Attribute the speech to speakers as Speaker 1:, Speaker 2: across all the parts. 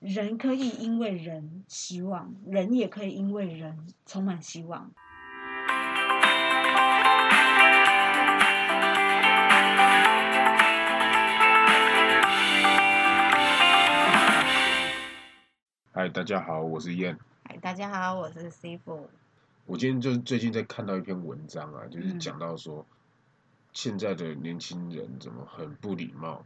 Speaker 1: 人可以因为人希望，人也可以因为人充满希望。
Speaker 2: 嗨，大家好，我是燕。
Speaker 3: 嗨，哎大家好，我是 C 傅。
Speaker 2: 我今天就是最近在看到一篇文章啊，就是
Speaker 1: 嗯
Speaker 2: 讲到说、现在的年轻人怎么很不礼貌。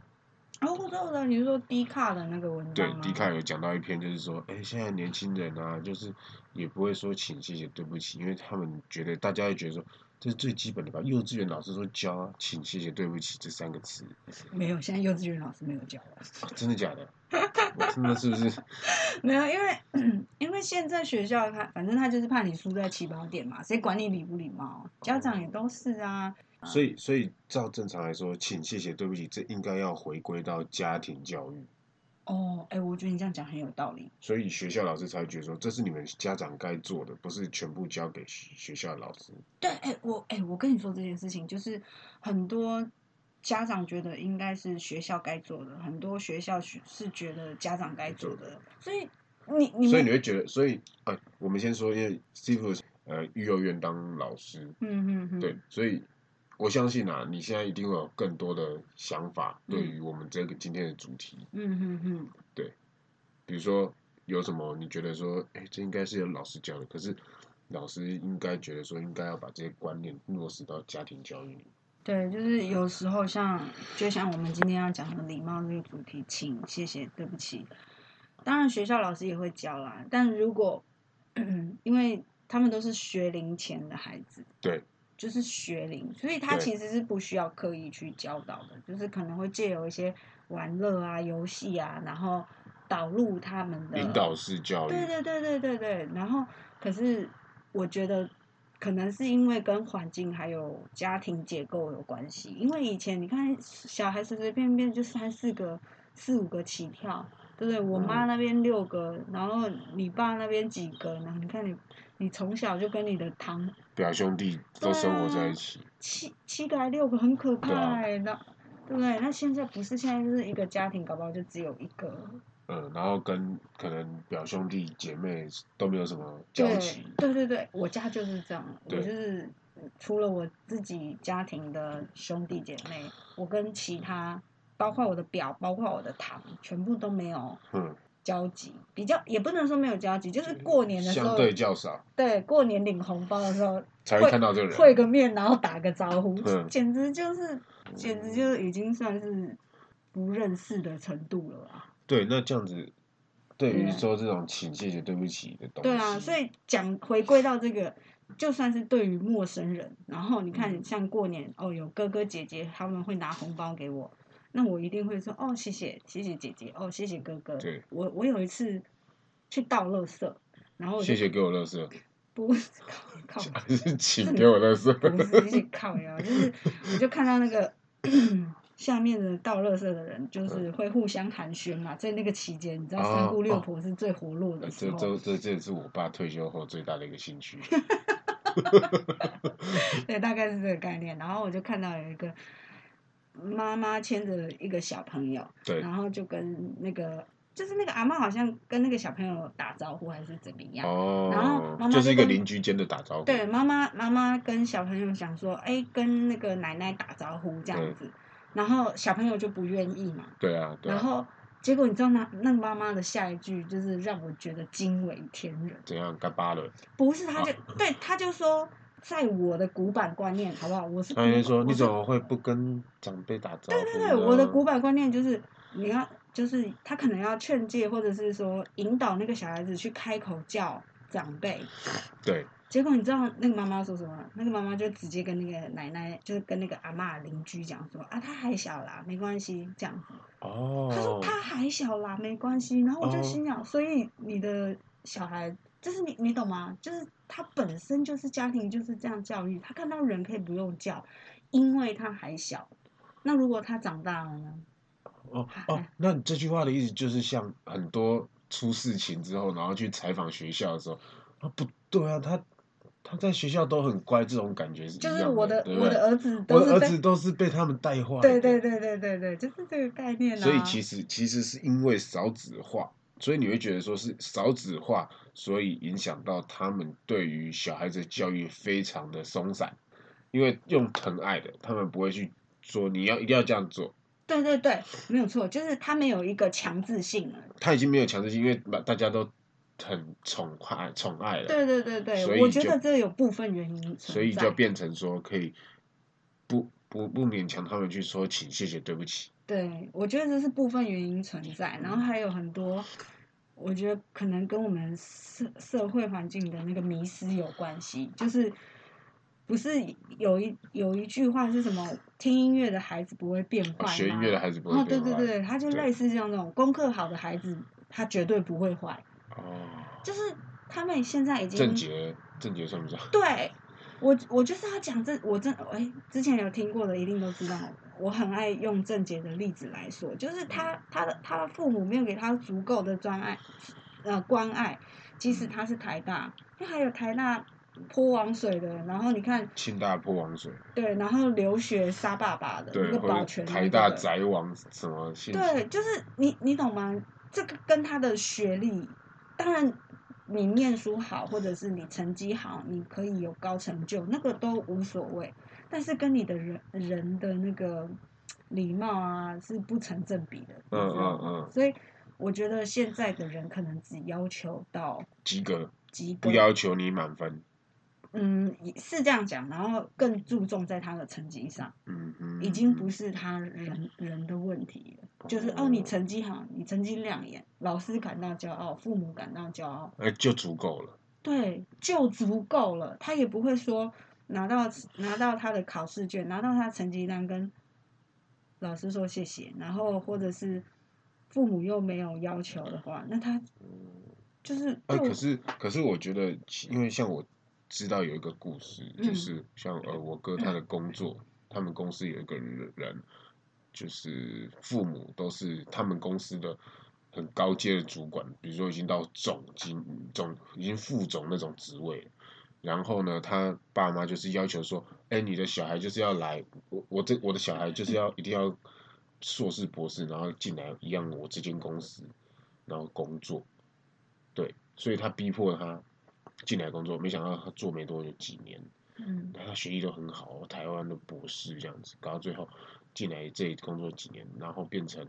Speaker 1: 哦，我知道了，你是说低卡的那个文章
Speaker 2: 对
Speaker 1: 吗，
Speaker 2: 迪卡有讲到一篇，就是说，哎，现在年轻人啊，就是也不会说请谢谢对不起，因为他们觉得大家会觉得说这是最基本的吧，幼稚园老师都教啊请谢谢对不起这三个词，
Speaker 1: 没有，现在幼稚园老师没有教了。
Speaker 2: 啊真的 假的？我真的是不是？
Speaker 1: 没有，因为 因为现在学校他反正他就是怕你输在起跑点嘛，谁管你礼不礼貌？家长也都是啊。
Speaker 2: 所以，所以照正常来说，请谢谢对不起，这应该要回归到家庭教育。
Speaker 1: 哦，哎、我觉得你这样讲很有道理。
Speaker 2: 所以学校老师才会觉得说，这是你们家长该做的，不是全部交给学学校的老师。
Speaker 1: 对，哎、我哎、我跟你说这件事情，就是很多家长觉得应该是学校该做的，很多学校是是觉得家长该做的，所以你你
Speaker 2: 所以
Speaker 1: 们
Speaker 2: 你会觉得，所以呃，我们先说，因为 Steve 呃幼儿园当老师，
Speaker 1: 嗯嗯嗯，
Speaker 2: 对，所以我相信啊，你现在一定会有更多的想法，
Speaker 1: 嗯
Speaker 2: 对于我们这个今天的主题，
Speaker 1: 嗯嗯嗯，
Speaker 2: 比如说有什么你觉得说，哎、这应该是有老师教的，可是老师应该觉得说，应该要把这些观念落实到家庭教育里。
Speaker 1: 对，就是有时候像就像我们今天要讲的礼貌这个主题，请谢谢对不起，当然学校老师也会教啦，但如果 因为他们都是学龄前的孩子，
Speaker 2: 对，
Speaker 1: 就是学龄，所以他
Speaker 2: 对
Speaker 1: 其实是不需要刻意去教导的，就是可能会借由一些玩乐啊、游戏啊，然后导入他们的
Speaker 2: 引导式教育，
Speaker 1: 对对对对对对。然后，可是我觉得可能是因为跟环境还有家庭结构有关系，因为以前你看小孩随随便便就三四个、四五个起跳。对不对？我
Speaker 2: 嗯
Speaker 1: 妈那边六个，然后你爸那边几个，然后你看你，你从小就跟你的堂
Speaker 2: 表兄弟都生活在一起。
Speaker 1: 七七个还六个很可怕
Speaker 2: 对啊
Speaker 1: 哎、那对不对？那现在不是现在就是一个家庭，搞不好就只有一个，
Speaker 2: 嗯，然后跟可能表兄弟姐妹都没有什么交
Speaker 1: 对
Speaker 2: 集，
Speaker 1: 对对对，我家就是这样，我
Speaker 2: 对
Speaker 1: 就是除了我自己家庭的兄弟姐妹，我跟其他包括我的表，包括我的堂，全部都没有
Speaker 2: 嗯，
Speaker 1: 交集，比较也不能说没有交集，就是过年的时候，
Speaker 2: 相对较少，
Speaker 1: 对过年领红包的时候
Speaker 2: 才会看到这个人。
Speaker 1: 会个面，然后打个招呼，
Speaker 2: 嗯
Speaker 1: 简直就是简直就已经算是不认识的程度了啊。
Speaker 2: 对，那这样子，对于
Speaker 1: 对
Speaker 2: 说这种请谢谢对不起的东西，
Speaker 1: 对啊，所以讲回归到这个，就算是对于陌生人，然后你看
Speaker 2: 嗯
Speaker 1: 像过年哦，有哥哥姐姐他们会拿红包给我，那我一定会说哦，谢谢谢谢姐姐，哦谢谢哥哥。
Speaker 2: 对，
Speaker 1: 我我有一次去倒垃圾，然后我就
Speaker 2: 谢谢给我乐色，
Speaker 1: 不是 靠靠
Speaker 2: 还是请给我乐色。
Speaker 1: 不是谢谢靠呀，就是我就看到那个 下面的倒垃圾的人，
Speaker 2: 嗯
Speaker 1: 就是会互相寒暄嘛，在那个期间，你知道三姑六婆是最活络的
Speaker 2: 哦呃
Speaker 1: 时
Speaker 2: 这
Speaker 1: 候。
Speaker 2: 这这这也是我爸退休后最大的一个 兴趣。
Speaker 1: 对，大概是这个概念。然后我就看到有一个妈妈牵着一个小朋友，
Speaker 2: 对
Speaker 1: 然后就跟那个就是那个阿嬷好像跟那个小朋友打招呼还是怎么样。然后
Speaker 2: 哦
Speaker 1: 妈，妈
Speaker 2: 就是一
Speaker 1: 就
Speaker 2: 个
Speaker 1: 跟
Speaker 2: 邻居间的打招呼。
Speaker 1: 对，妈妈妈妈跟小朋友想说，哎，跟那个奶奶打招呼这样
Speaker 2: 嗯
Speaker 1: 子，然后小朋友就不愿意嘛，
Speaker 2: 对啊，对
Speaker 1: 然
Speaker 2: 啊，
Speaker 1: 后。结果你知道吗？那个妈妈的下一句就是让我觉得惊为天人。
Speaker 2: 怎样干巴了？
Speaker 1: 不是，他就、
Speaker 2: 哦
Speaker 1: 对，他就说，在我的古板观念，好不好？我是
Speaker 2: 他
Speaker 1: 古
Speaker 2: 就说
Speaker 1: 嗯我
Speaker 2: 你
Speaker 1: 是
Speaker 2: 怎么会不跟长辈打招
Speaker 1: 对
Speaker 2: 呼？
Speaker 1: 对对，我的古板观念就是你要，就是他可能要劝诫，或者是说引导那个小孩子去开口叫长辈。
Speaker 2: 对，
Speaker 1: 结果你知道那个妈妈说什么？那个妈妈就直接跟那个奶奶，就是跟那个阿嬷邻居讲说啊，他还小啦，没关系，这样子。他说
Speaker 2: 哦，
Speaker 1: 他还小啦，没关系。然后我就
Speaker 2: 哦
Speaker 1: 心想，所以你的小孩，就是你，你懂吗？就是他本身就是家庭就是这样教育，他看到人可以不用叫，因为他还小。那如果他长大了呢？
Speaker 2: 哦哦，那你这句话的意思就是，像很多出事情之后，然后去采访学校的时候，啊，不对啊，他他在学校都很乖，这种感觉是一
Speaker 1: 就是
Speaker 2: 样
Speaker 1: 我
Speaker 2: 的，
Speaker 1: 的
Speaker 2: 对不
Speaker 1: 我的
Speaker 2: 对？
Speaker 1: 儿子都
Speaker 2: 我的
Speaker 1: 是
Speaker 2: 儿
Speaker 1: 被
Speaker 2: 子都是被他们带坏的，
Speaker 1: 对对对对对对，就是这个概念啊。
Speaker 2: 所以其实其实是因为少子化，所以你会觉得说是少子化，所以影响到他们对于小孩子的教育非常的松散，因为用疼爱的，他们不会去说你要一定要这样做，
Speaker 1: 对对对，没有错，就是他们有一个强制性了。
Speaker 2: 他已经没有强制性，因为大大家都很宠爱宠爱了，
Speaker 1: 对对对
Speaker 2: 所
Speaker 1: 对，
Speaker 2: 以
Speaker 1: 我觉
Speaker 2: 就
Speaker 1: 得这有部分原因存在。
Speaker 2: 所以就变成说可以不不不勉强他们去说请谢谢对不起，
Speaker 1: 对，我觉得这是部分原因存在，
Speaker 2: 嗯
Speaker 1: 然后还有很多，我觉得可能跟我们社社会环境的那个迷失有关系，就是不是有一有一句话是什么？听音乐的孩子不会变坏
Speaker 2: 啊
Speaker 1: 吗？
Speaker 2: 学音乐的孩子不会
Speaker 1: 哦，对
Speaker 2: 变
Speaker 1: 对
Speaker 2: 坏
Speaker 1: 对，他就
Speaker 2: 对
Speaker 1: 类似像那种功课好的孩子，他绝对不会坏，
Speaker 2: 哦，
Speaker 1: 就是他们现在已经
Speaker 2: 郑杰郑杰算不算？
Speaker 1: 对，我我就是要讲这，我真哎、之前有听过的一定都知道，我很爱用郑杰的例子来说，就是
Speaker 2: 嗯
Speaker 1: 他他的他的父母没有给他足够的专爱，呃关爱，即
Speaker 2: 嗯
Speaker 1: 使他是台大，那还有台大泼王水的，然后你看
Speaker 2: 清大泼王水，
Speaker 1: 对，然后留学杀爸爸的那
Speaker 2: 对，
Speaker 1: 个
Speaker 2: 或
Speaker 1: 保
Speaker 2: 者
Speaker 1: 全、那
Speaker 2: 台
Speaker 1: 个
Speaker 2: 大
Speaker 1: 的
Speaker 2: 宅王什么信息，
Speaker 1: 对，就是你你懂吗？这个跟他的学历，当然你念书好，或者是你成绩好，你可以有高成就，那个都无所谓。但是跟你的人人的那个礼貌啊是不成正比的，你
Speaker 2: 嗯
Speaker 1: 知道吗
Speaker 2: 嗯嗯，
Speaker 1: 所以我觉得现在的人可能只要求到
Speaker 2: 及格，
Speaker 1: 及格
Speaker 2: 不，要求你满分，
Speaker 1: 嗯，是这样讲，然后更注重在他的成绩上。
Speaker 2: 嗯嗯，
Speaker 1: 已经不是他人人的问题了，就是哦，你成绩好，你成绩亮眼，老师感到骄傲，父母感到骄傲，
Speaker 2: 呃就足够了，
Speaker 1: 对，就足够了。他也不会说拿到拿到他的考试卷，拿到他成绩单跟老师说谢谢，然后或者是父母又没有要求的话，那他嗯就是
Speaker 2: 哎、
Speaker 1: 对我
Speaker 2: 可是可是我觉得，其因为像我知道有一个故事，就
Speaker 1: 嗯
Speaker 2: 是像呃我哥他的工作，他们公司有一个人，就是父母都是他们公司的很高阶的主管，比如说已经到总经总已经副总那种职位了。然后呢，他爸妈就是要求说，哎，你的小孩就是要来，我我这我的小孩就是要一定要硕士博士，然后进来一样我这间公司，然后工作。对，所以他逼迫他进来工作，没想到他做没多久几年，
Speaker 1: 嗯
Speaker 2: 他学历都很好，台湾的博士这样子，搞到最后进来这里工作几年，然后变成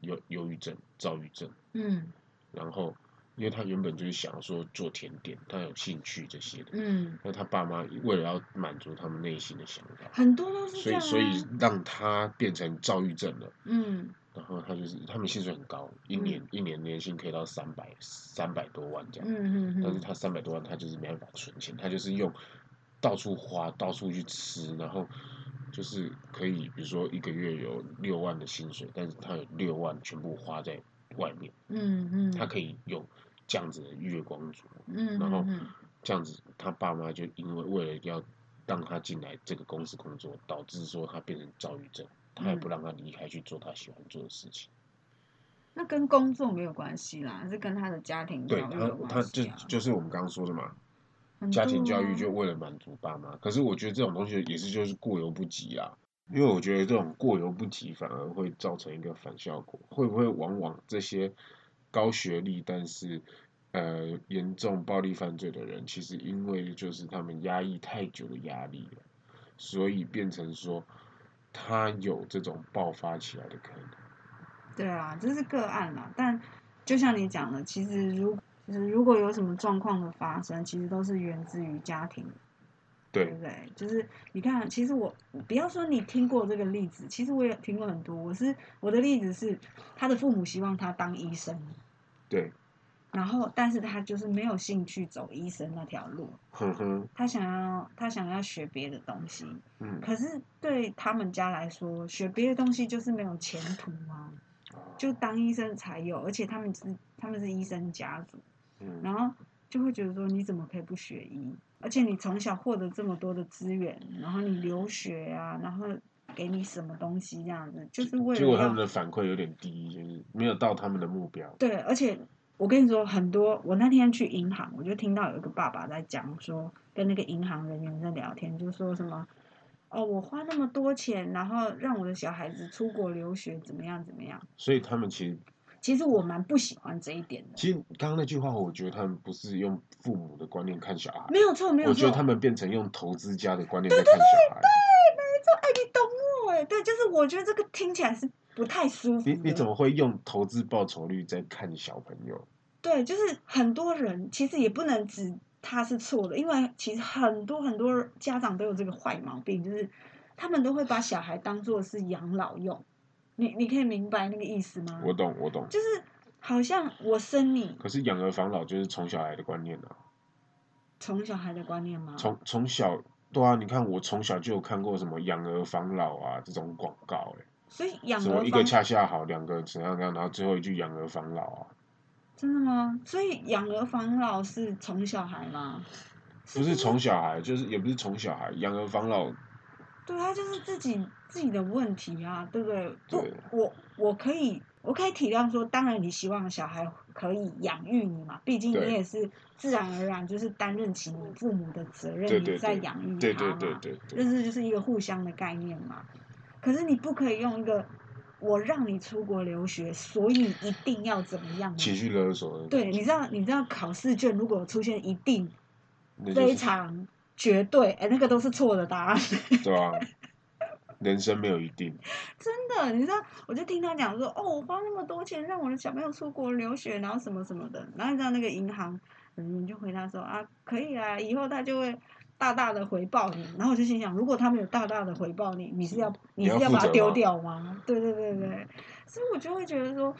Speaker 2: 忧忧郁症、躁郁症，
Speaker 1: 嗯
Speaker 2: 然后因为他原本就是想说做甜点，他有兴趣这些的，
Speaker 1: 嗯，
Speaker 2: 那他爸妈为了要满足他们内心的想法，
Speaker 1: 很多都是这
Speaker 2: 所以
Speaker 1: 样、啊，
Speaker 2: 所以让他变成躁郁症了。
Speaker 1: 嗯
Speaker 2: 然后他就是，他们薪水很高，一年、一年年薪可以到三百三百多万这样。
Speaker 1: 嗯嗯
Speaker 2: 但是
Speaker 1: 嗯
Speaker 2: 他三百多万，他就是没办法存钱，他就是用到处花，到处去吃，然后就是可以，比如说一个月有六万的薪水，但是他有六万全部花在外面，
Speaker 1: 嗯嗯，
Speaker 2: 他可以有这样子的月光族，
Speaker 1: 嗯
Speaker 2: 然后
Speaker 1: 嗯嗯
Speaker 2: 这样子，他爸妈就因为为了要让他进来这个公司工作，导致说他变成躁郁症，他也
Speaker 1: 嗯
Speaker 2: 不让他离开去做他喜欢做的事情。
Speaker 1: 那跟工作没有关系啦，是跟他的家庭教
Speaker 2: 对
Speaker 1: 育
Speaker 2: 他
Speaker 1: 有，
Speaker 2: 他
Speaker 1: 关
Speaker 2: 就
Speaker 1: 系啊。
Speaker 2: 就是我们刚刚说的嘛，
Speaker 1: 很
Speaker 2: 家庭
Speaker 1: 多
Speaker 2: 教育
Speaker 1: 啊
Speaker 2: 就为了满足爸妈，可是我觉得这种东西也是就是过犹不及啦，因为我觉得这种过犹不及反而会造成一个反效果，会不会往往这些高学历但是呃严重暴力犯罪的人，其实因为就是他们压抑太久的压力了，所以变成说他有这种爆发起来的可能。
Speaker 1: 对啊，这是个案啦。但就像你讲的，其实如就是如果有什么状况的发生，其实都是源自于家庭，对
Speaker 2: 对
Speaker 1: 不，对？就是你看，其实我不要说你听过这个例子，其实我也听过很多。我是我的例子是，他的父母希望他当医生，
Speaker 2: 对，
Speaker 1: 然后但是他就是没有兴趣走医生那条路，
Speaker 2: 哼哼，
Speaker 1: 他想要他想要学别的东西，
Speaker 2: 嗯，
Speaker 1: 可是对他们家来说，学别的东西就是没有前途啊，就当医生才有，而且他们是他们是医生家族，
Speaker 2: 嗯
Speaker 1: 然后就会觉得说你怎么可以不学医？而且你从小获得这么多的资源，然后你留学啊，然后给你什么东西这样子，就是为
Speaker 2: 结果
Speaker 1: 了
Speaker 2: 他们
Speaker 1: 要
Speaker 2: 的反馈有点低，就是没有到他们的目标。
Speaker 1: 对，而且我跟你说，很多我那天去银行，我就听到有一个爸爸在讲说，跟那个银行人员在聊天，就说什么。哦，我花那么多钱，然后让我的小孩子出国留学，怎么样怎么样？
Speaker 2: 所以他们其实
Speaker 1: 其实我蛮不喜欢这一点的。
Speaker 2: 其实刚刚那句话，我觉得他们不是用父母的观念看小孩，
Speaker 1: 没有错，没有
Speaker 2: 我
Speaker 1: 错，
Speaker 2: 觉得他们变成用投资家的观念在看小孩。
Speaker 1: 就哎，你懂我哎，对，就是我觉得这个听起来是不太舒服的。
Speaker 2: 你你怎么会用投资报酬率在看小朋友？
Speaker 1: 对，就是很多人其实也不能指他是错的，因为其实很多很多家长都有这个坏毛病，就是他们都会把小孩当做是养老用。你你可以明白那个意思吗？
Speaker 2: 我懂，我懂。
Speaker 1: 就是好像我生你，
Speaker 2: 可是养儿防老就是宠小孩的观念啊，
Speaker 1: 宠小孩的观念吗？
Speaker 2: 从从小对啊，你看我从小就有看过什么养儿防老啊这种广告、
Speaker 1: 所以
Speaker 2: 欸，
Speaker 1: 养
Speaker 2: 什么
Speaker 1: 儿
Speaker 2: 一个
Speaker 1: 防
Speaker 2: 恰恰好，两个怎样怎样，然后最后一句养儿防老啊，
Speaker 1: 真的吗？所以养儿防老是宠小孩吗？
Speaker 2: 不
Speaker 1: 嗯
Speaker 2: 是宠小孩，就是也不是宠小孩，养儿防老
Speaker 1: 对他就是自己自己的问题啊，对不对？
Speaker 2: 对
Speaker 1: 不，我我可以我可以体谅说，当然你希望小孩可以养育你嘛，毕竟
Speaker 2: 对
Speaker 1: 你也是自然而然就是担任起你父母的责任，
Speaker 2: 对对
Speaker 1: 你在
Speaker 2: 对
Speaker 1: 养育他嘛。
Speaker 2: 对对对对
Speaker 1: 这
Speaker 2: 对，
Speaker 1: 是就是一个互相的概念嘛。可是你不可以用一个我让你出国留学，所以一定要怎么样
Speaker 2: 情
Speaker 1: 呢？
Speaker 2: 绪勒索的感觉。
Speaker 1: 对，你知道你知道考试卷如果出现一定、
Speaker 2: 那就
Speaker 1: 非
Speaker 2: 是
Speaker 1: 常、绝对，哎，那个都是错的答案。
Speaker 2: 对啊，人生没有一定，
Speaker 1: 真的，你知道，我就听他讲说，哦，我花那么多钱让我的小朋友出国留学，然后什么什么的，然后你知道那个银行人员就回答说啊，可以啊，以后他就会大大的回报你。然后我就心想，如果他们有大大的回报你，你是要
Speaker 2: 嗯你
Speaker 1: 你是
Speaker 2: 要
Speaker 1: 要
Speaker 2: 负
Speaker 1: 把它
Speaker 2: 责
Speaker 1: 丢
Speaker 2: 吗嗯
Speaker 1: 掉吗？对对对对，所以我就会觉得说，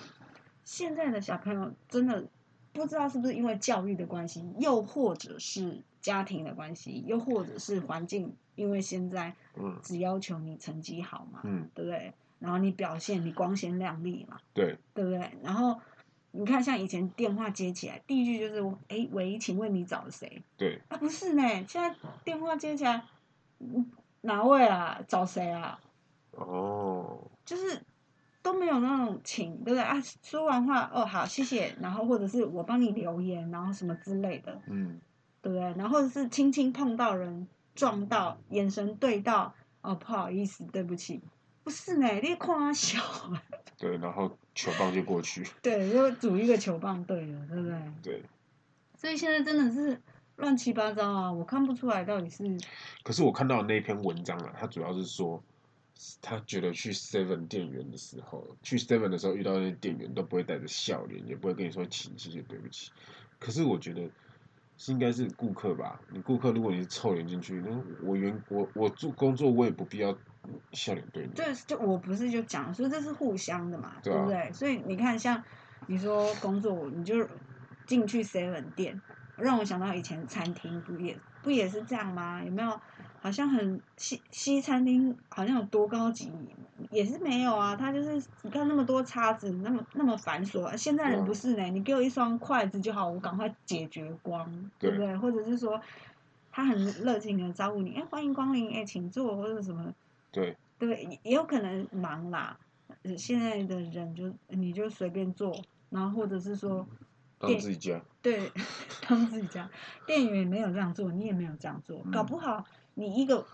Speaker 1: 现在的小朋友真的不知道是不是因为教育的关系，又或者是家庭的关系，又或者是环境，因为现在
Speaker 2: 嗯
Speaker 1: 只要求你成绩好嘛，
Speaker 2: 嗯，
Speaker 1: 对不对？然后你表现你光鲜亮丽嘛，
Speaker 2: 对，
Speaker 1: 对不对？然后你看，像以前电话接起来，第一句就是“哎，喂，请问你找谁
Speaker 2: 对，？”
Speaker 1: 啊，不是呢，现在电话接起来，嗯哪位啊？找谁啊？
Speaker 2: 哦，
Speaker 1: 就是都没有那种请，对不对啊？说完话，哦，好，谢谢，然后或者是我帮你留言，然后什么之类的，
Speaker 2: 嗯，
Speaker 1: 对不对？然后或者是轻轻碰到人，撞到，眼神对到，哦，不好意思，对不起，不是呢，你在夸小。
Speaker 2: 对，然后球棒就过去，
Speaker 1: 对，就组一个球棒队了，对不对？
Speaker 2: 对。
Speaker 1: 嗯所以现在真的是乱七八糟啊，我看不出来到底是
Speaker 2: 可是我看到的那篇文章啊，他主要是说，他觉得去 Seven 店员的时候，去 Seven 的时候遇到那些店员都不会带着笑脸，也不会跟你说请谢谢对不起。可是我觉得是应该是顾客吧，你顾客如果你是臭脸进去，那我员我我做工作我也不必要笑脸对你。
Speaker 1: 就就我不是就讲说这是互相的嘛，
Speaker 2: 对
Speaker 1: 对
Speaker 2: 啊
Speaker 1: 不对？所以你看，像你说工作，你就进去 seven 店，让我想到以前餐厅不也不也是这样吗？有没有？好像很西西餐厅好像有多高级，也是没有啊。它就是你看那么多叉子，那么那么繁琐。现在人
Speaker 2: 嗯
Speaker 1: 不是呢，你给我一双筷子就好，我赶快解决光，对不
Speaker 2: 对
Speaker 1: 对？或者是说他很热情的招呼你，哎，欢迎光临，哎，请坐，或者什么。
Speaker 2: 对，
Speaker 1: 对，也也有可能忙啦。呃现在的人就你就随便做，然后或者是说，
Speaker 2: 嗯当自己家，
Speaker 1: 对， 当自己家店员也没有这样做，你也没有这样做，搞
Speaker 2: 嗯
Speaker 1: 不好你一个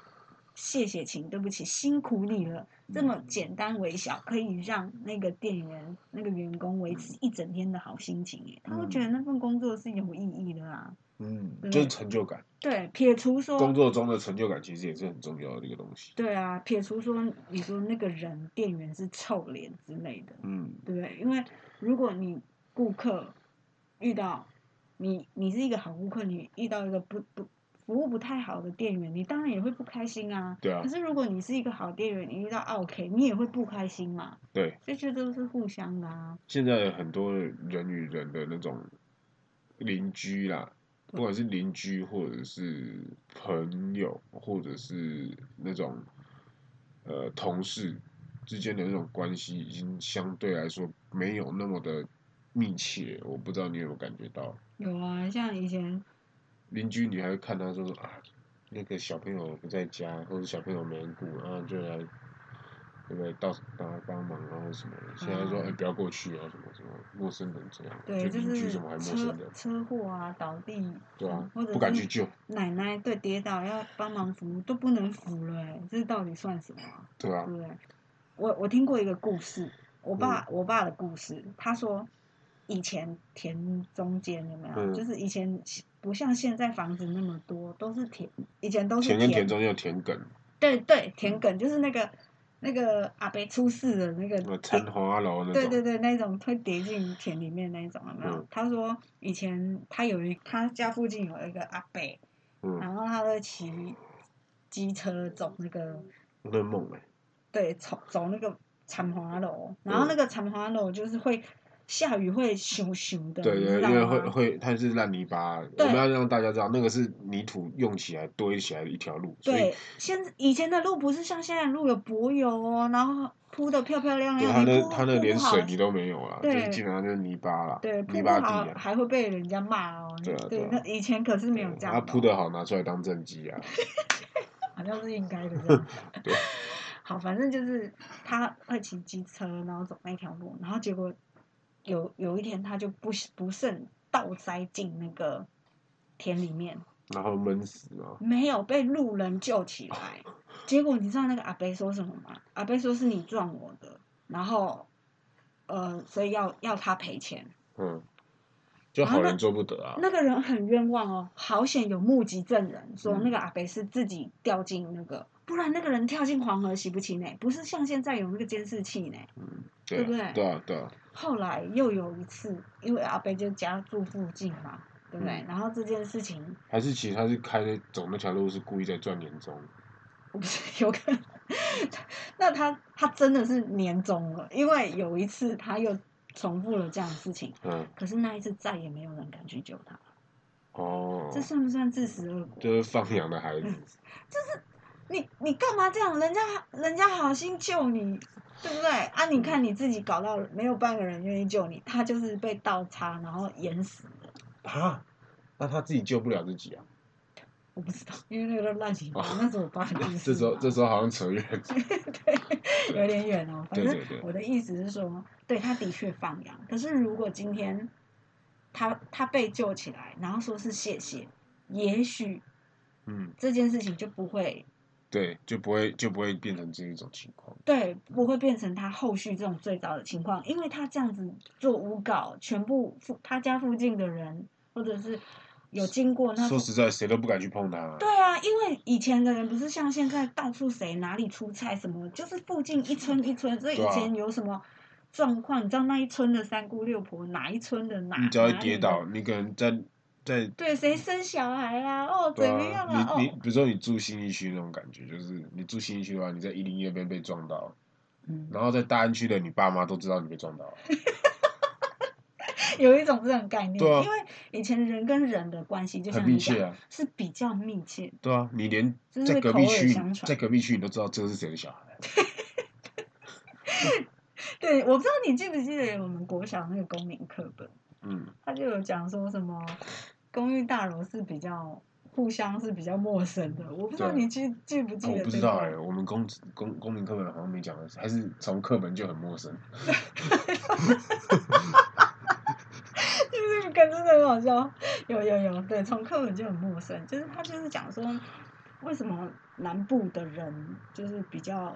Speaker 1: 谢谢请对不起，辛苦你了，这
Speaker 2: 嗯
Speaker 1: 么简单微小，可以让那个店员那个员工维持一整天的好心情耶，他会觉得那份工作是有意义的啊。
Speaker 2: 嗯，
Speaker 1: 对
Speaker 2: 就是成就感，
Speaker 1: 对，撇除说
Speaker 2: 工作中的成就感其实也是很重要的一个东西。
Speaker 1: 对啊，撇除说你说那个人店员是臭脸之类的，
Speaker 2: 嗯，
Speaker 1: 对不对？因为如果你顾客遇到你，你是一个好顾客，你遇到一个不不服务不太好的店员，你当然也会不开心啊。
Speaker 2: 对啊
Speaker 1: 可，是如果你是一个好店员，你遇到 OK，你也会不开心嘛。
Speaker 2: 对。
Speaker 1: 所以这都是互相的啊。
Speaker 2: 现在很多人与人的那种邻居啦，不管是邻居或者是朋友，或者是那种呃同事之间的那种关系，已经相对来说没有那么的密切。我不知道你有没有感觉到，
Speaker 1: 有啊，像以前
Speaker 2: 邻居你还会看他说说啊，那个小朋友不在家，或者小朋友没人顾，然后就来。对不对？到帮帮忙，然后什么的？现在说，哎、
Speaker 1: 嗯
Speaker 2: 不要过去啊，什么什么，陌生人这样，
Speaker 1: 对，
Speaker 2: 就
Speaker 1: 就
Speaker 2: 邻居
Speaker 1: 是
Speaker 2: 什么还陌
Speaker 1: 车
Speaker 2: 生人，
Speaker 1: 车祸啊、倒地，
Speaker 2: 对啊，
Speaker 1: 或者
Speaker 2: 不敢
Speaker 1: 是
Speaker 2: 去救，
Speaker 1: 奶奶对跌倒要帮忙扶都不能扶了、欸，这到底算什么啊、
Speaker 2: 对吧、
Speaker 1: 对不对？我我听过一个故事，我爸、
Speaker 2: 嗯
Speaker 1: 我爸的故事，他说以前田中间有没有？
Speaker 2: 嗯
Speaker 1: 就是以前不像现在房子那么多，都是田，以前都是
Speaker 2: 田跟田中间嗯有田埂，
Speaker 1: 对对，田埂就是那个那个阿伯出事的那个
Speaker 2: 什么
Speaker 1: 跌
Speaker 2: 残花楼哦那
Speaker 1: 对对
Speaker 2: 种，
Speaker 1: 对，那种会跌进田里面那一种，有没有？
Speaker 2: 嗯
Speaker 1: 他说以前他有一他家附近有一个阿伯，
Speaker 2: 嗯，
Speaker 1: 然后他会骑机车走那个
Speaker 2: 那梦哎，
Speaker 1: 对走走那个产华楼，然后
Speaker 2: 嗯
Speaker 1: 那个产华楼就是会下雨会熊熊的，
Speaker 2: 对
Speaker 1: 你知
Speaker 2: 对，
Speaker 1: 道
Speaker 2: 因为会
Speaker 1: 吗
Speaker 2: 会它是烂泥巴，我
Speaker 1: 对
Speaker 2: 们要让大家知道那个是泥土用起来堆起来的一条路，所以
Speaker 1: 对，现以前的路不是像现在的路有柏油哦，然后铺的漂漂亮
Speaker 2: 对
Speaker 1: 亮，
Speaker 2: 它
Speaker 1: 你
Speaker 2: 那
Speaker 1: 铺
Speaker 2: 它那
Speaker 1: 铺
Speaker 2: 连
Speaker 1: 不好
Speaker 2: 水泥都没有啊啦，就
Speaker 1: 对
Speaker 2: 是基本上就是泥巴啦，
Speaker 1: 对铺
Speaker 2: 泥
Speaker 1: 不
Speaker 2: 巴地
Speaker 1: 好
Speaker 2: 啊。
Speaker 1: 还会被人家骂哦。
Speaker 2: 对啊对啊
Speaker 1: 那以前可是没有这样
Speaker 2: 它
Speaker 1: 哦
Speaker 2: 铺的好，拿出来当正机啊。
Speaker 1: 好啊像是应该的这样
Speaker 2: 对。
Speaker 1: 好，反正就是他会骑机车，然后走那条路，然后结果有有一天他就不不慎倒栽进那个田里面，
Speaker 2: 然后闷死嘛。
Speaker 1: 没有被路人救起来。结果你知道那个阿伯说什么吗？阿伯说是你撞我的，然后呃，所以要要他赔钱。
Speaker 2: 嗯，就
Speaker 1: 然
Speaker 2: 好
Speaker 1: 后那
Speaker 2: 人做不得啊。
Speaker 1: 那个人很冤枉哦，好险有目击证人说
Speaker 2: 嗯
Speaker 1: 那个阿北是自己掉进那个，不然那个人跳进黄河洗不清呢，不是像现在有那个监视器呢。
Speaker 2: 对
Speaker 1: 对不对
Speaker 2: 啊对啊，对啊，
Speaker 1: 后来又有一次，因为阿北就家住附近嘛，对不对？
Speaker 2: 嗯
Speaker 1: 然后这件事情
Speaker 2: 还是其实他是开那走那条路是故意在赚年终，
Speaker 1: 我不是有 可能，那他他真的是年终了，因为有一次他又重复了这样的事情，
Speaker 2: 嗯，
Speaker 1: 可是那一次再也没有人敢去救他，
Speaker 2: 哦，
Speaker 1: 这算不算自食恶果？
Speaker 2: 就是放羊的孩子，
Speaker 1: 你你干嘛这样？人家人家好心救你，对不对？啊，
Speaker 2: 嗯
Speaker 1: 你看你自己搞到没有半个人愿意救你，他就是被倒插然后淹死的。
Speaker 2: 啊，那他自己救不了自己啊，
Speaker 1: 我不知道，因为那个都烂泥巴
Speaker 2: 哦，
Speaker 1: 那是我爸的故事
Speaker 2: 这
Speaker 1: 嘛。
Speaker 2: 时候这时候好像扯远 了，
Speaker 1: 对，有点远哦。反
Speaker 2: 对
Speaker 1: 正
Speaker 2: 对对
Speaker 1: 我的意思是说，对他的确放羊，可是如果今天他他被救起来，然后说是谢谢，也许
Speaker 2: 嗯，
Speaker 1: 这件事情就不会
Speaker 2: 对，就不会就不会变成这一种情况，
Speaker 1: 对，不会变成他后续这种最糟的情况，因为他这样子做诬告，全部附他家附近的人，或者是有经过那
Speaker 2: 说实在谁都不敢去碰他啊，
Speaker 1: 对啊，因为以前的人不是像现在到处谁哪里出差什么，就是附近一村一村，所以
Speaker 2: 对
Speaker 1: 以
Speaker 2: 啊
Speaker 1: 前有什么状况，你知道那一村的三姑六婆，哪一村的哪，
Speaker 2: 你只要一
Speaker 1: 哪里
Speaker 2: 跌
Speaker 1: 啊的
Speaker 2: 倒，，你可能在在。
Speaker 1: 对，谁生小孩啊？哦，怎
Speaker 2: 对
Speaker 1: 么样啊？
Speaker 2: 啊，你你
Speaker 1: 哦，
Speaker 2: 比如说你住新一区那种感觉，就是你住新一区的话，你在一零一那边被撞到，
Speaker 1: 嗯，
Speaker 2: 然后在大安区的你爸妈都知道你被撞到了，
Speaker 1: 有一种这种概念，
Speaker 2: 对啊
Speaker 1: 因为以前人跟人的关系就
Speaker 2: 很
Speaker 1: 像
Speaker 2: 密
Speaker 1: 你讲
Speaker 2: 切，啊，
Speaker 1: 是比较密切的。
Speaker 2: 对啊，你连
Speaker 1: 就是
Speaker 2: 在
Speaker 1: 会
Speaker 2: 隔
Speaker 1: 口
Speaker 2: 壁
Speaker 1: 耳
Speaker 2: 区
Speaker 1: 相，传
Speaker 2: 在隔壁区你都知道这个是谁的小孩，
Speaker 1: 对，我不知道你记不记得我们国小那个公民课本，
Speaker 2: 嗯，
Speaker 1: 他就有讲说什么公寓大楼是比较互相是比较陌生的，我不知道
Speaker 2: 对
Speaker 1: 你记记不记
Speaker 2: 啊
Speaker 1: 得、这个？
Speaker 2: 我不知道哎、我们公公公民课本好像没讲的，还是从课本就很陌生，
Speaker 1: 就是这个梗真的很好笑。有有有，对，从课本就很陌生，就是他就是讲说，为什么南部的人就是比较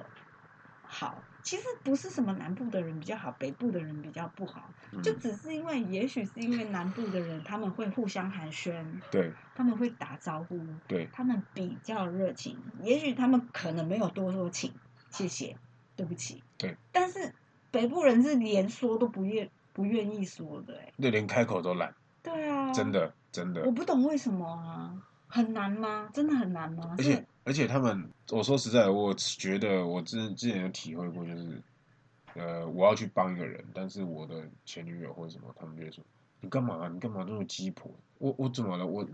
Speaker 1: 好，其实不是什么南部的人比较好，北部的人比较不好，
Speaker 2: 嗯，
Speaker 1: 就只是因为，也许是因为南部的人他们会互相寒暄，
Speaker 2: 对
Speaker 1: 他们会打招呼，
Speaker 2: 对，
Speaker 1: 他们比较热情，也许他们可能没有多说请、谢谢、对不起，
Speaker 2: 对，
Speaker 1: 但是北部人是连说都不愿不愿意说的、欸，
Speaker 2: 就连开口都懒，
Speaker 1: 对啊，
Speaker 2: 真的真的
Speaker 1: 我，不懂为什么啊，很难吗？真的很难吗？
Speaker 2: 而
Speaker 1: 是
Speaker 2: 且而且他们，我说实在的，我觉得我之之前有体会过，就是，呃，我要去帮一个人，但是我的前女友或者什么，他们就会说你干嘛、啊你干嘛那么鸡婆？我我怎么了？我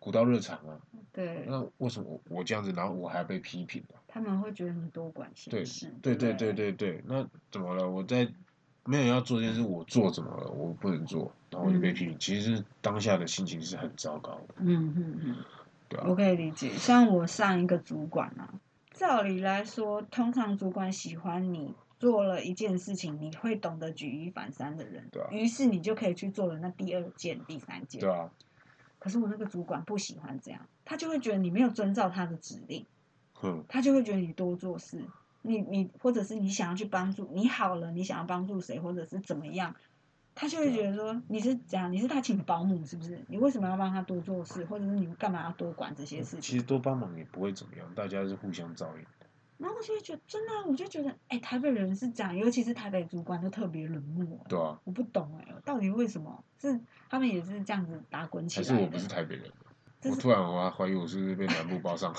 Speaker 2: 古道热肠啊，
Speaker 1: 对，
Speaker 2: 那为什么我我这样子，然后我还要被批评啊？
Speaker 1: 他们会觉得你多管闲事，
Speaker 2: 对对
Speaker 1: 对
Speaker 2: 对对对，那怎么了？我在没有人要做这件事，我做怎么了？我不能做，然后我就被
Speaker 1: 嗯
Speaker 2: 批评。其实当下的心情是很糟糕的，
Speaker 1: 嗯嗯嗯，
Speaker 2: 对
Speaker 1: 我
Speaker 2: 啊，
Speaker 1: 可以理解。像我上一个主管啊，照理来说，通常主管喜欢你做了一件事情，你会懂得举一反三的人，
Speaker 2: 对啊
Speaker 1: 于是你就可以去做了那第二件、第三件。
Speaker 2: 对啊，
Speaker 1: 可是我那个主管不喜欢这样，他就会觉得你没有遵照他的指令，
Speaker 2: 哼，
Speaker 1: 他就会觉得你多做事，你你或者是你想要去帮助你好了，你想要帮助谁，或者是怎么样，他就
Speaker 2: 啊
Speaker 1: 会觉得说你是怎样，你是他请的保姆是不是？你为什么要帮他多做事，或者是你干嘛要多管这些事
Speaker 2: 其
Speaker 1: 情？
Speaker 2: 实多帮忙也不会怎么样，大家是互相照应的。
Speaker 1: 然后我就会觉得真的啊，我就觉得哎、台北人是这样，尤其是台北主管都特别冷漠、哎
Speaker 2: 对啊，
Speaker 1: 我不懂哎、到底为什么？是他们也是这样子打滚起
Speaker 2: 还
Speaker 1: 来
Speaker 2: 是
Speaker 1: 的？
Speaker 2: 我 不是台北人，
Speaker 1: 这
Speaker 2: 我
Speaker 1: 是
Speaker 2: 突然我还怀疑我是不是被南部包上。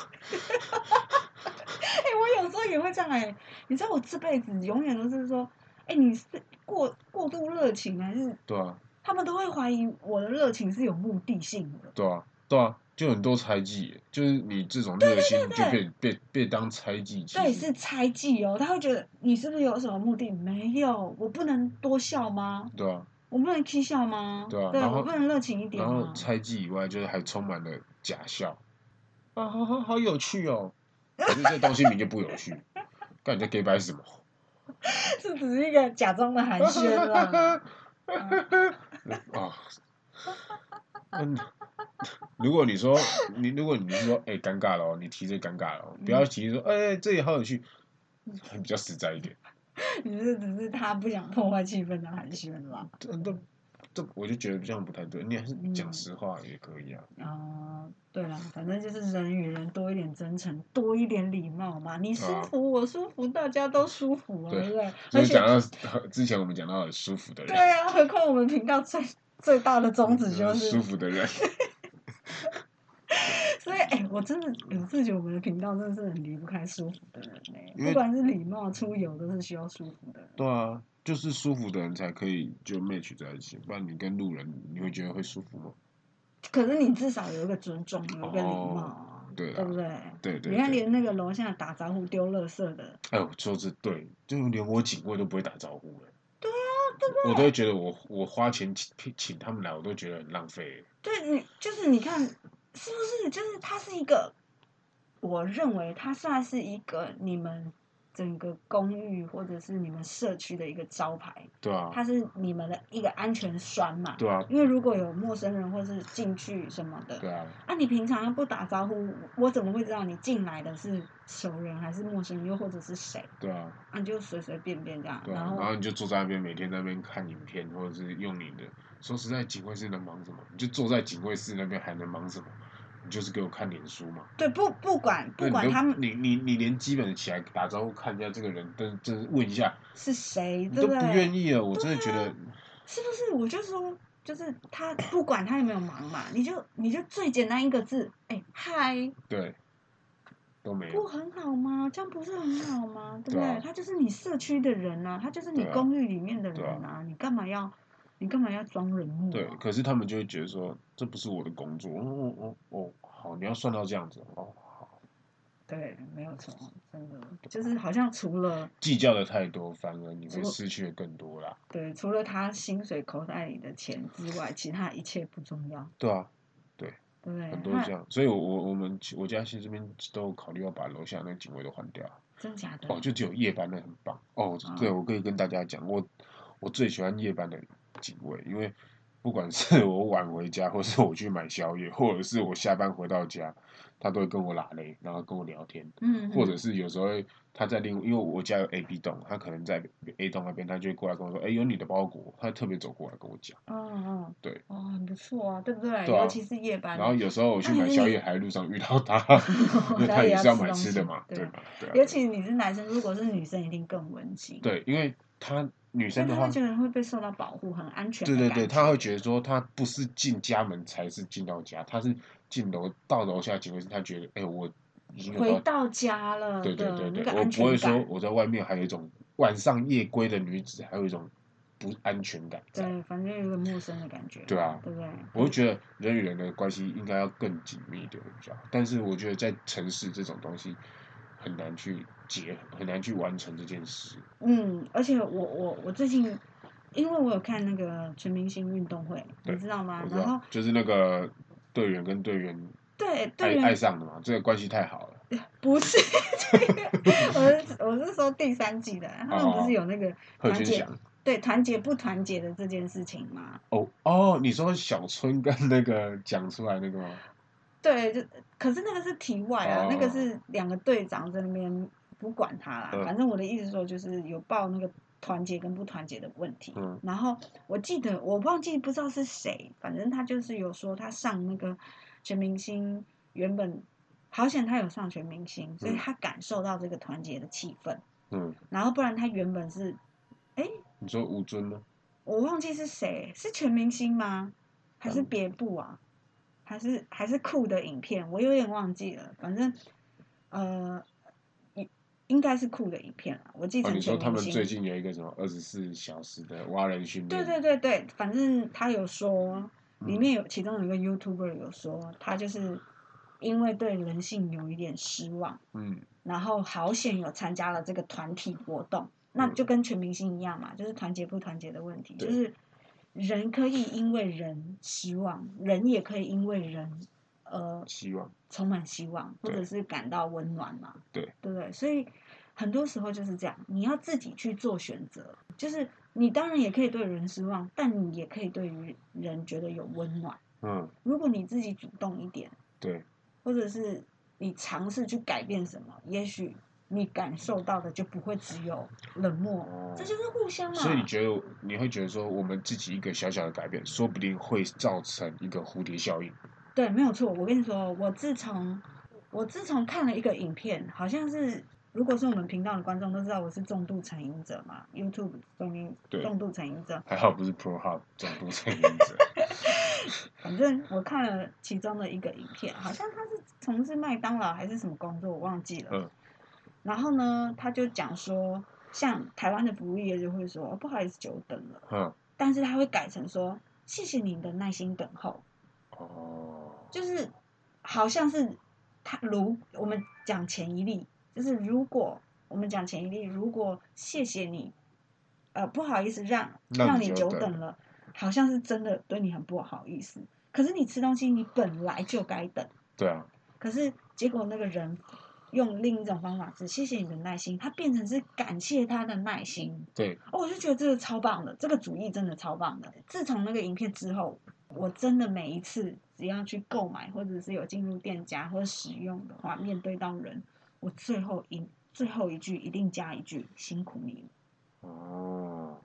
Speaker 1: 哎、我有时候也会这样哎、你知道我这辈子永远都是说，哎、你是过过度热情还是？
Speaker 2: 对啊，
Speaker 1: 他们都会怀疑我的热情是有目的性的。
Speaker 2: 对啊，对啊，就很多猜忌耶，就是你这种热心就
Speaker 1: 对
Speaker 2: 被被被当猜忌。其
Speaker 1: 对，
Speaker 2: 实
Speaker 1: 是猜忌哦，他会觉得你是不是有什么目的？没有，我不能多笑吗？
Speaker 2: 对啊，
Speaker 1: 我不能 k 笑吗？
Speaker 2: 对啊然后
Speaker 1: 我不能热情一点哦
Speaker 2: 然后
Speaker 1: 吗？
Speaker 2: 猜忌以外，就是还充满了假笑。啊，好好好有趣哦！ 可是这东西明就不有趣，干你在 gay 白什么？
Speaker 1: 这只 是一个假装的寒暄 啦。
Speaker 2: 啊，嗯，如果你说你，如果你是说，哎、尴尬了哦，你提这尴尬了
Speaker 1: 嗯
Speaker 2: 哦，不要提说，哎、这也好有趣，还比较实在一点。
Speaker 1: 你是只是他不想破坏气氛的寒暄啦。
Speaker 2: 这这这，我就觉得这样不太对。你还是讲实话也可以啊。
Speaker 1: 啊、对了，反正就是人与人多一点真诚，多一点礼貌嘛。你舒
Speaker 2: 对啊
Speaker 1: 服，我舒服，大家都舒服啊，
Speaker 2: 对
Speaker 1: 对不对？
Speaker 2: 就
Speaker 1: 而
Speaker 2: 是讲
Speaker 1: 且，
Speaker 2: 到之前我们讲到很舒服的人
Speaker 1: 对，啊，何况我们频道最最大的宗旨就
Speaker 2: 嗯舒
Speaker 1: 是，
Speaker 2: 服的 人，
Speaker 1: 所以哎、我真的有自觉得我们的频道真的是很离不开舒服的人哎、
Speaker 2: 因为
Speaker 1: 不管是礼貌、出游，都是需要舒服的人。
Speaker 2: 对啊，就是舒服的人才可以就 match 在一起，不然你跟路人，你会觉得会舒服吗？
Speaker 1: 可是你至少有一个尊重，有一个礼貌啊，
Speaker 2: 对
Speaker 1: 对
Speaker 2: 啊
Speaker 1: 不，对？
Speaker 2: 对对
Speaker 1: 你看，
Speaker 2: 对。
Speaker 1: 连那个楼下打招呼丢垃圾的，
Speaker 2: 哎，我说这对，就连我警卫都不会打招呼了。对啊，对我都会觉得我我花钱请请他们来，我都觉得很浪费。
Speaker 1: 对你就是你看，是不是就是它是一个，我认为它算是一个你们整个公寓或者是你们社区的一个招牌，
Speaker 2: 对啊，
Speaker 1: 它是你们的一个安全栓嘛。
Speaker 2: 对啊，
Speaker 1: 因为如果有陌生人或是进去什么
Speaker 2: 对
Speaker 1: 的，
Speaker 2: 啊，
Speaker 1: 啊，你平常不打招呼，我怎么会知道你进来的是熟人还是陌生人，又或者是谁？
Speaker 2: 对啊。
Speaker 1: 啊，你就随随便便这样，
Speaker 2: 对啊，
Speaker 1: 然后
Speaker 2: 然后你就坐在那边，每天在那边看影片，或者是用你的。说实在，警卫室能忙什么？你就坐在警卫室那边还能忙什么？你就是给我看脸书嘛。
Speaker 1: 对不不管不管他
Speaker 2: 那
Speaker 1: 们
Speaker 2: 你都你你你连基本的起来打招呼，看一下这个人，真真问一下，
Speaker 1: 是谁，
Speaker 2: 你
Speaker 1: 对
Speaker 2: 都
Speaker 1: 不
Speaker 2: 不
Speaker 1: 对？啊
Speaker 2: 愿意了。我真的觉得，
Speaker 1: 是不是？我就说，就是他不管他有没有忙嘛，你就你就最简单一个字，哎、嗨，
Speaker 2: 对，都没
Speaker 1: 不
Speaker 2: 有。
Speaker 1: 很好吗？这样不是很好吗？对不
Speaker 2: 对
Speaker 1: 对？
Speaker 2: 啊
Speaker 1: 他就是你社区的人啊，他就是你
Speaker 2: 对啊
Speaker 1: 公寓里面的
Speaker 2: 对
Speaker 1: 人
Speaker 2: 啊
Speaker 1: 啊，你干嘛要你干嘛要装人物、
Speaker 2: 对，
Speaker 1: 啊？
Speaker 2: 可是他们就会觉得说，这不是我的工作。哦哦哦，哦好，你要算到这样子哦，好，
Speaker 1: 对，没有错，真的就是好像除了
Speaker 2: 计较的太多，反而你会
Speaker 1: 如果
Speaker 2: 失去的更多啦。
Speaker 1: 对除了他薪水口袋里的钱之外，其他一切不重要，
Speaker 2: 对啊，
Speaker 1: 对不对？
Speaker 2: 很多
Speaker 1: 哎那
Speaker 2: 这样，所以我我我们我家其实这边都考虑要把楼下那个警卫都换掉。
Speaker 1: 真假的
Speaker 2: 哦，就只有夜班的很棒。哦
Speaker 1: 啊，
Speaker 2: 对，我可以跟大家讲，我我最喜欢夜班的警卫，因为不管是我晚回家，或是我去买宵夜，或者是我下班回到家，他都会跟我拉嘞，然后跟我聊天，
Speaker 1: 嗯，
Speaker 2: 或
Speaker 1: 嗯
Speaker 2: 者是有时候会他在另，因为我家有 A、B 栋，他可能在 A 栋那边，他就会过来跟我说，哎，有你的包裹，他特别走过来跟我讲。
Speaker 1: 哦哦，
Speaker 2: 对，
Speaker 1: 哦，很不错啊，对不对？
Speaker 2: 对啊
Speaker 1: 尤其是夜班，
Speaker 2: 然后有时候我
Speaker 1: 啊
Speaker 2: 去买宵夜，还路上遇 到他，因为
Speaker 1: 他
Speaker 2: 他
Speaker 1: 也
Speaker 2: 也
Speaker 1: 要
Speaker 2: 是要
Speaker 1: 吃
Speaker 2: 买
Speaker 1: 东
Speaker 2: 吃的
Speaker 1: 西
Speaker 2: 嘛，
Speaker 1: 对
Speaker 2: 对
Speaker 1: 啊
Speaker 2: 吧？对啊
Speaker 1: 尤
Speaker 2: 对
Speaker 1: 其你是男生，如果是女生，一定更温馨。，
Speaker 2: 对，因为他女
Speaker 1: 所
Speaker 2: 生
Speaker 1: 以
Speaker 2: 的
Speaker 1: 他
Speaker 2: 话
Speaker 1: 会，觉得会被受到保护，很安全。
Speaker 2: 对对对，他会觉
Speaker 1: 得。
Speaker 2: 得说，他不是进家门才是进到家，他是进楼到楼下警卫室，他觉得，哎，我已经
Speaker 1: 回
Speaker 2: 有到，
Speaker 1: 到家了
Speaker 2: 哦对对
Speaker 1: 的
Speaker 2: 对
Speaker 1: 那
Speaker 2: 对
Speaker 1: 个，
Speaker 2: 我
Speaker 1: 安
Speaker 2: 不
Speaker 1: 全
Speaker 2: 会说
Speaker 1: 感，
Speaker 2: 我在外面还有一种晚上夜归的女子，还有一种不安全感在。
Speaker 1: 对，反正有个陌生的感觉，
Speaker 2: 对啊
Speaker 1: 对不对？
Speaker 2: 我会觉得人与人的关系应该要更紧密一点比较好，但是我觉得在城市这种东西很难去结合，很难去完成这件事。
Speaker 1: 嗯，而且我我我最近，因为我有看那个全明星运动会，你
Speaker 2: 对
Speaker 1: 知道吗
Speaker 2: 我？知
Speaker 1: 啊然
Speaker 2: 道
Speaker 1: 后，
Speaker 2: 就是那个队员跟队员
Speaker 1: 对队
Speaker 2: 爱爱
Speaker 1: 员
Speaker 2: 上的嘛，这个关系太好了。
Speaker 1: 不是这个，我是我是说第三季的，啊他们不
Speaker 2: 哦
Speaker 1: 是有那个
Speaker 2: 贺
Speaker 1: 团
Speaker 2: 军
Speaker 1: 结
Speaker 2: 翔，
Speaker 1: 对团结不团结的这件事情吗？
Speaker 2: 哦哦，你说小春跟那个讲出来那个吗？
Speaker 1: 对，就可是那个是题外啊，那个
Speaker 2: 哦
Speaker 1: 是两个队长在那边不管他啦，
Speaker 2: 嗯
Speaker 1: 反正我的意思说就是有报那个团结跟不团结的问题。
Speaker 2: 嗯
Speaker 1: 然后我记得我忘记不知道是谁，反正他就是有说他上那个全明星，原本好险他有上全明星，所以
Speaker 2: 嗯
Speaker 1: 他感受到这个团结的气氛。
Speaker 2: 嗯，
Speaker 1: 然后不然他原本是
Speaker 2: 你说吴尊呢？
Speaker 1: 我忘记是谁，是全明星吗？还
Speaker 2: 嗯
Speaker 1: 是别部啊？还是还是酷的影片？我有点忘记了，反正呃，应应该是酷的影片啊。我记
Speaker 2: 哦，
Speaker 1: 成
Speaker 2: 你说
Speaker 1: 全
Speaker 2: 他
Speaker 1: 明
Speaker 2: 们
Speaker 1: 星。
Speaker 2: 最近有一个什么二十四小时的挖人训
Speaker 1: 对
Speaker 2: 练？
Speaker 1: 对对对，反正他有说，
Speaker 2: 嗯
Speaker 1: 里面有其中有一个 YouTuber 有说，他就是因为对人性有一点失望，
Speaker 2: 嗯
Speaker 1: 然后好险有参加了这个团体活动，那就跟全明星一样嘛，就是团结不团结的问题，
Speaker 2: 嗯对
Speaker 1: 就是人可以因为人失望，人也可以因为人呃
Speaker 2: 希望
Speaker 1: 充满希望，或
Speaker 2: 对
Speaker 1: 者是感到温暖嘛，
Speaker 2: 对
Speaker 1: 对不对？所以很多时候就是这样，你要自己去做选择，就是你当然也可以对人失望，但你也可以对于人觉得有温暖。
Speaker 2: 嗯
Speaker 1: 如果你自己主动一点，
Speaker 2: 对
Speaker 1: 或者是你尝试去改变什么，也许你感受到的就不会只有冷漠，
Speaker 2: 哦
Speaker 1: 这就是互相嘛。啊
Speaker 2: 所以你觉得你会觉得说我们自己一个小小的改变，说不定会造成一个蝴蝶效应。
Speaker 1: 对，没有错。我跟你说，我自从我自从看了一个影片，好像是如果是我们频道的观众都知道我是重度成瘾者嘛，YouTube 重瘾
Speaker 2: 对
Speaker 1: 重度成瘾者。
Speaker 2: 还好不是 Pro Hub 重度成瘾者。
Speaker 1: 反正我看了其中的一个影片，好像他是从事麦当劳还是什么工作，我忘记了。
Speaker 2: 嗯
Speaker 1: 然后呢，他就讲说，像台湾的服务业就会说、哦不好意思，久等了，
Speaker 2: 嗯
Speaker 1: 但是他会改成说谢谢你的耐心等候。
Speaker 2: 哦，
Speaker 1: 就是好像是他如我们讲前一例，就是如果我们讲前一例，如果谢谢你，呃，不好意思让
Speaker 2: 让
Speaker 1: 让
Speaker 2: 你
Speaker 1: 你
Speaker 2: 久
Speaker 1: 久
Speaker 2: 等
Speaker 1: 等了，好像是真的对你很不好意思。可是你吃东西你本来就该等，
Speaker 2: 对啊，
Speaker 1: 可是结果那个人用另一种方法是谢谢你的耐心，他变成是感谢他的耐心。
Speaker 2: 对，
Speaker 1: 哦，我就觉得这个超棒的，这个主意真的超棒的。自从那个影片之后，我真的每一次只要去购买，或者是有进入店家或者使用的话，面对到人，我最后一最后一句一定加一句辛苦你了。
Speaker 2: 哦，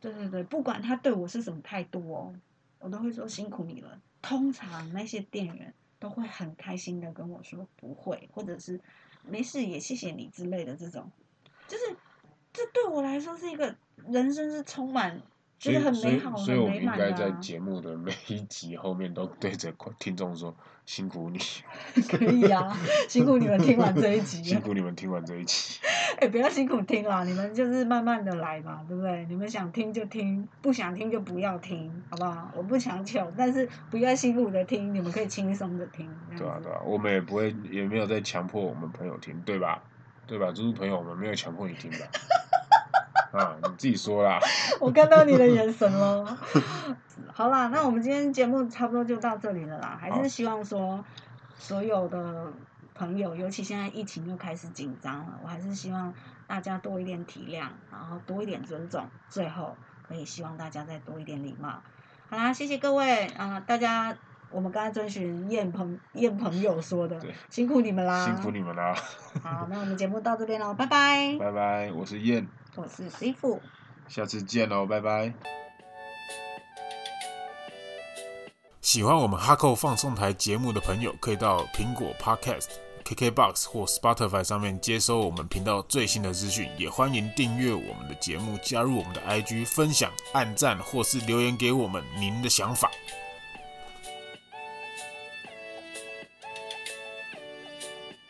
Speaker 1: 对对对，不管他对我是什么态度哦，我都会说辛苦你了。通常那些店员都会很开心的跟我说不会，或者是没事也谢谢你之类的这种，就是这对我来说是一个人生是充满
Speaker 2: 所
Speaker 1: 觉
Speaker 2: 以
Speaker 1: 得很
Speaker 2: 所
Speaker 1: 美
Speaker 2: 以
Speaker 1: 好、
Speaker 2: 所以
Speaker 1: 很
Speaker 2: 我们
Speaker 1: 美
Speaker 2: 应
Speaker 1: 满
Speaker 2: 该
Speaker 1: 的、
Speaker 2: 在
Speaker 1: 啊。
Speaker 2: 节目的每一集后面都对着听众说辛苦你，
Speaker 1: 可以啊，辛苦你们听完这一集
Speaker 2: 辛
Speaker 1: 了。
Speaker 2: 苦你们听完这一期。
Speaker 1: 哎、不要辛苦听啦，你们就是慢慢的来嘛，对不对？你们想听就听，不想听就不要听，好不好？我不强求，但是不要辛苦的听，你们可以轻松的听。这
Speaker 2: 对啊
Speaker 1: 样，子
Speaker 2: 对啊，我们也不会，也没有在强迫我们朋友听，对吧？对吧，猪猪朋友，我们没有强迫你 听吧？啊，你自己说啦。
Speaker 1: 我看到你的眼神喽。 好啦，那我们今天节目差不多就到这里了啦，还
Speaker 2: 好
Speaker 1: 是希望说所有的朋友，尤其现在疫情又开始紧张了，我还是希望大家多一点体谅，然后多一点尊重，最后可以希望大家再多一点礼貌。好啦，谢谢各位啊、大家。我们刚才遵循燕朋燕朋友说的
Speaker 2: 对，
Speaker 1: 辛苦你们啦！
Speaker 2: 辛苦你们啦，
Speaker 1: 好，那我们节目到这边喽，拜拜！
Speaker 2: 拜拜，我是燕，
Speaker 1: 我是 C 傅。
Speaker 2: 下次见喽，拜拜。
Speaker 4: 喜欢我们哈扣放送台节目的朋友，可以到苹果 Podcast、KKBox 或 Spotify 上面接收我们频道最新的资讯。也欢迎订阅我们的节目，加入我们的 IG，分享、按赞或是留言给我们您的想法。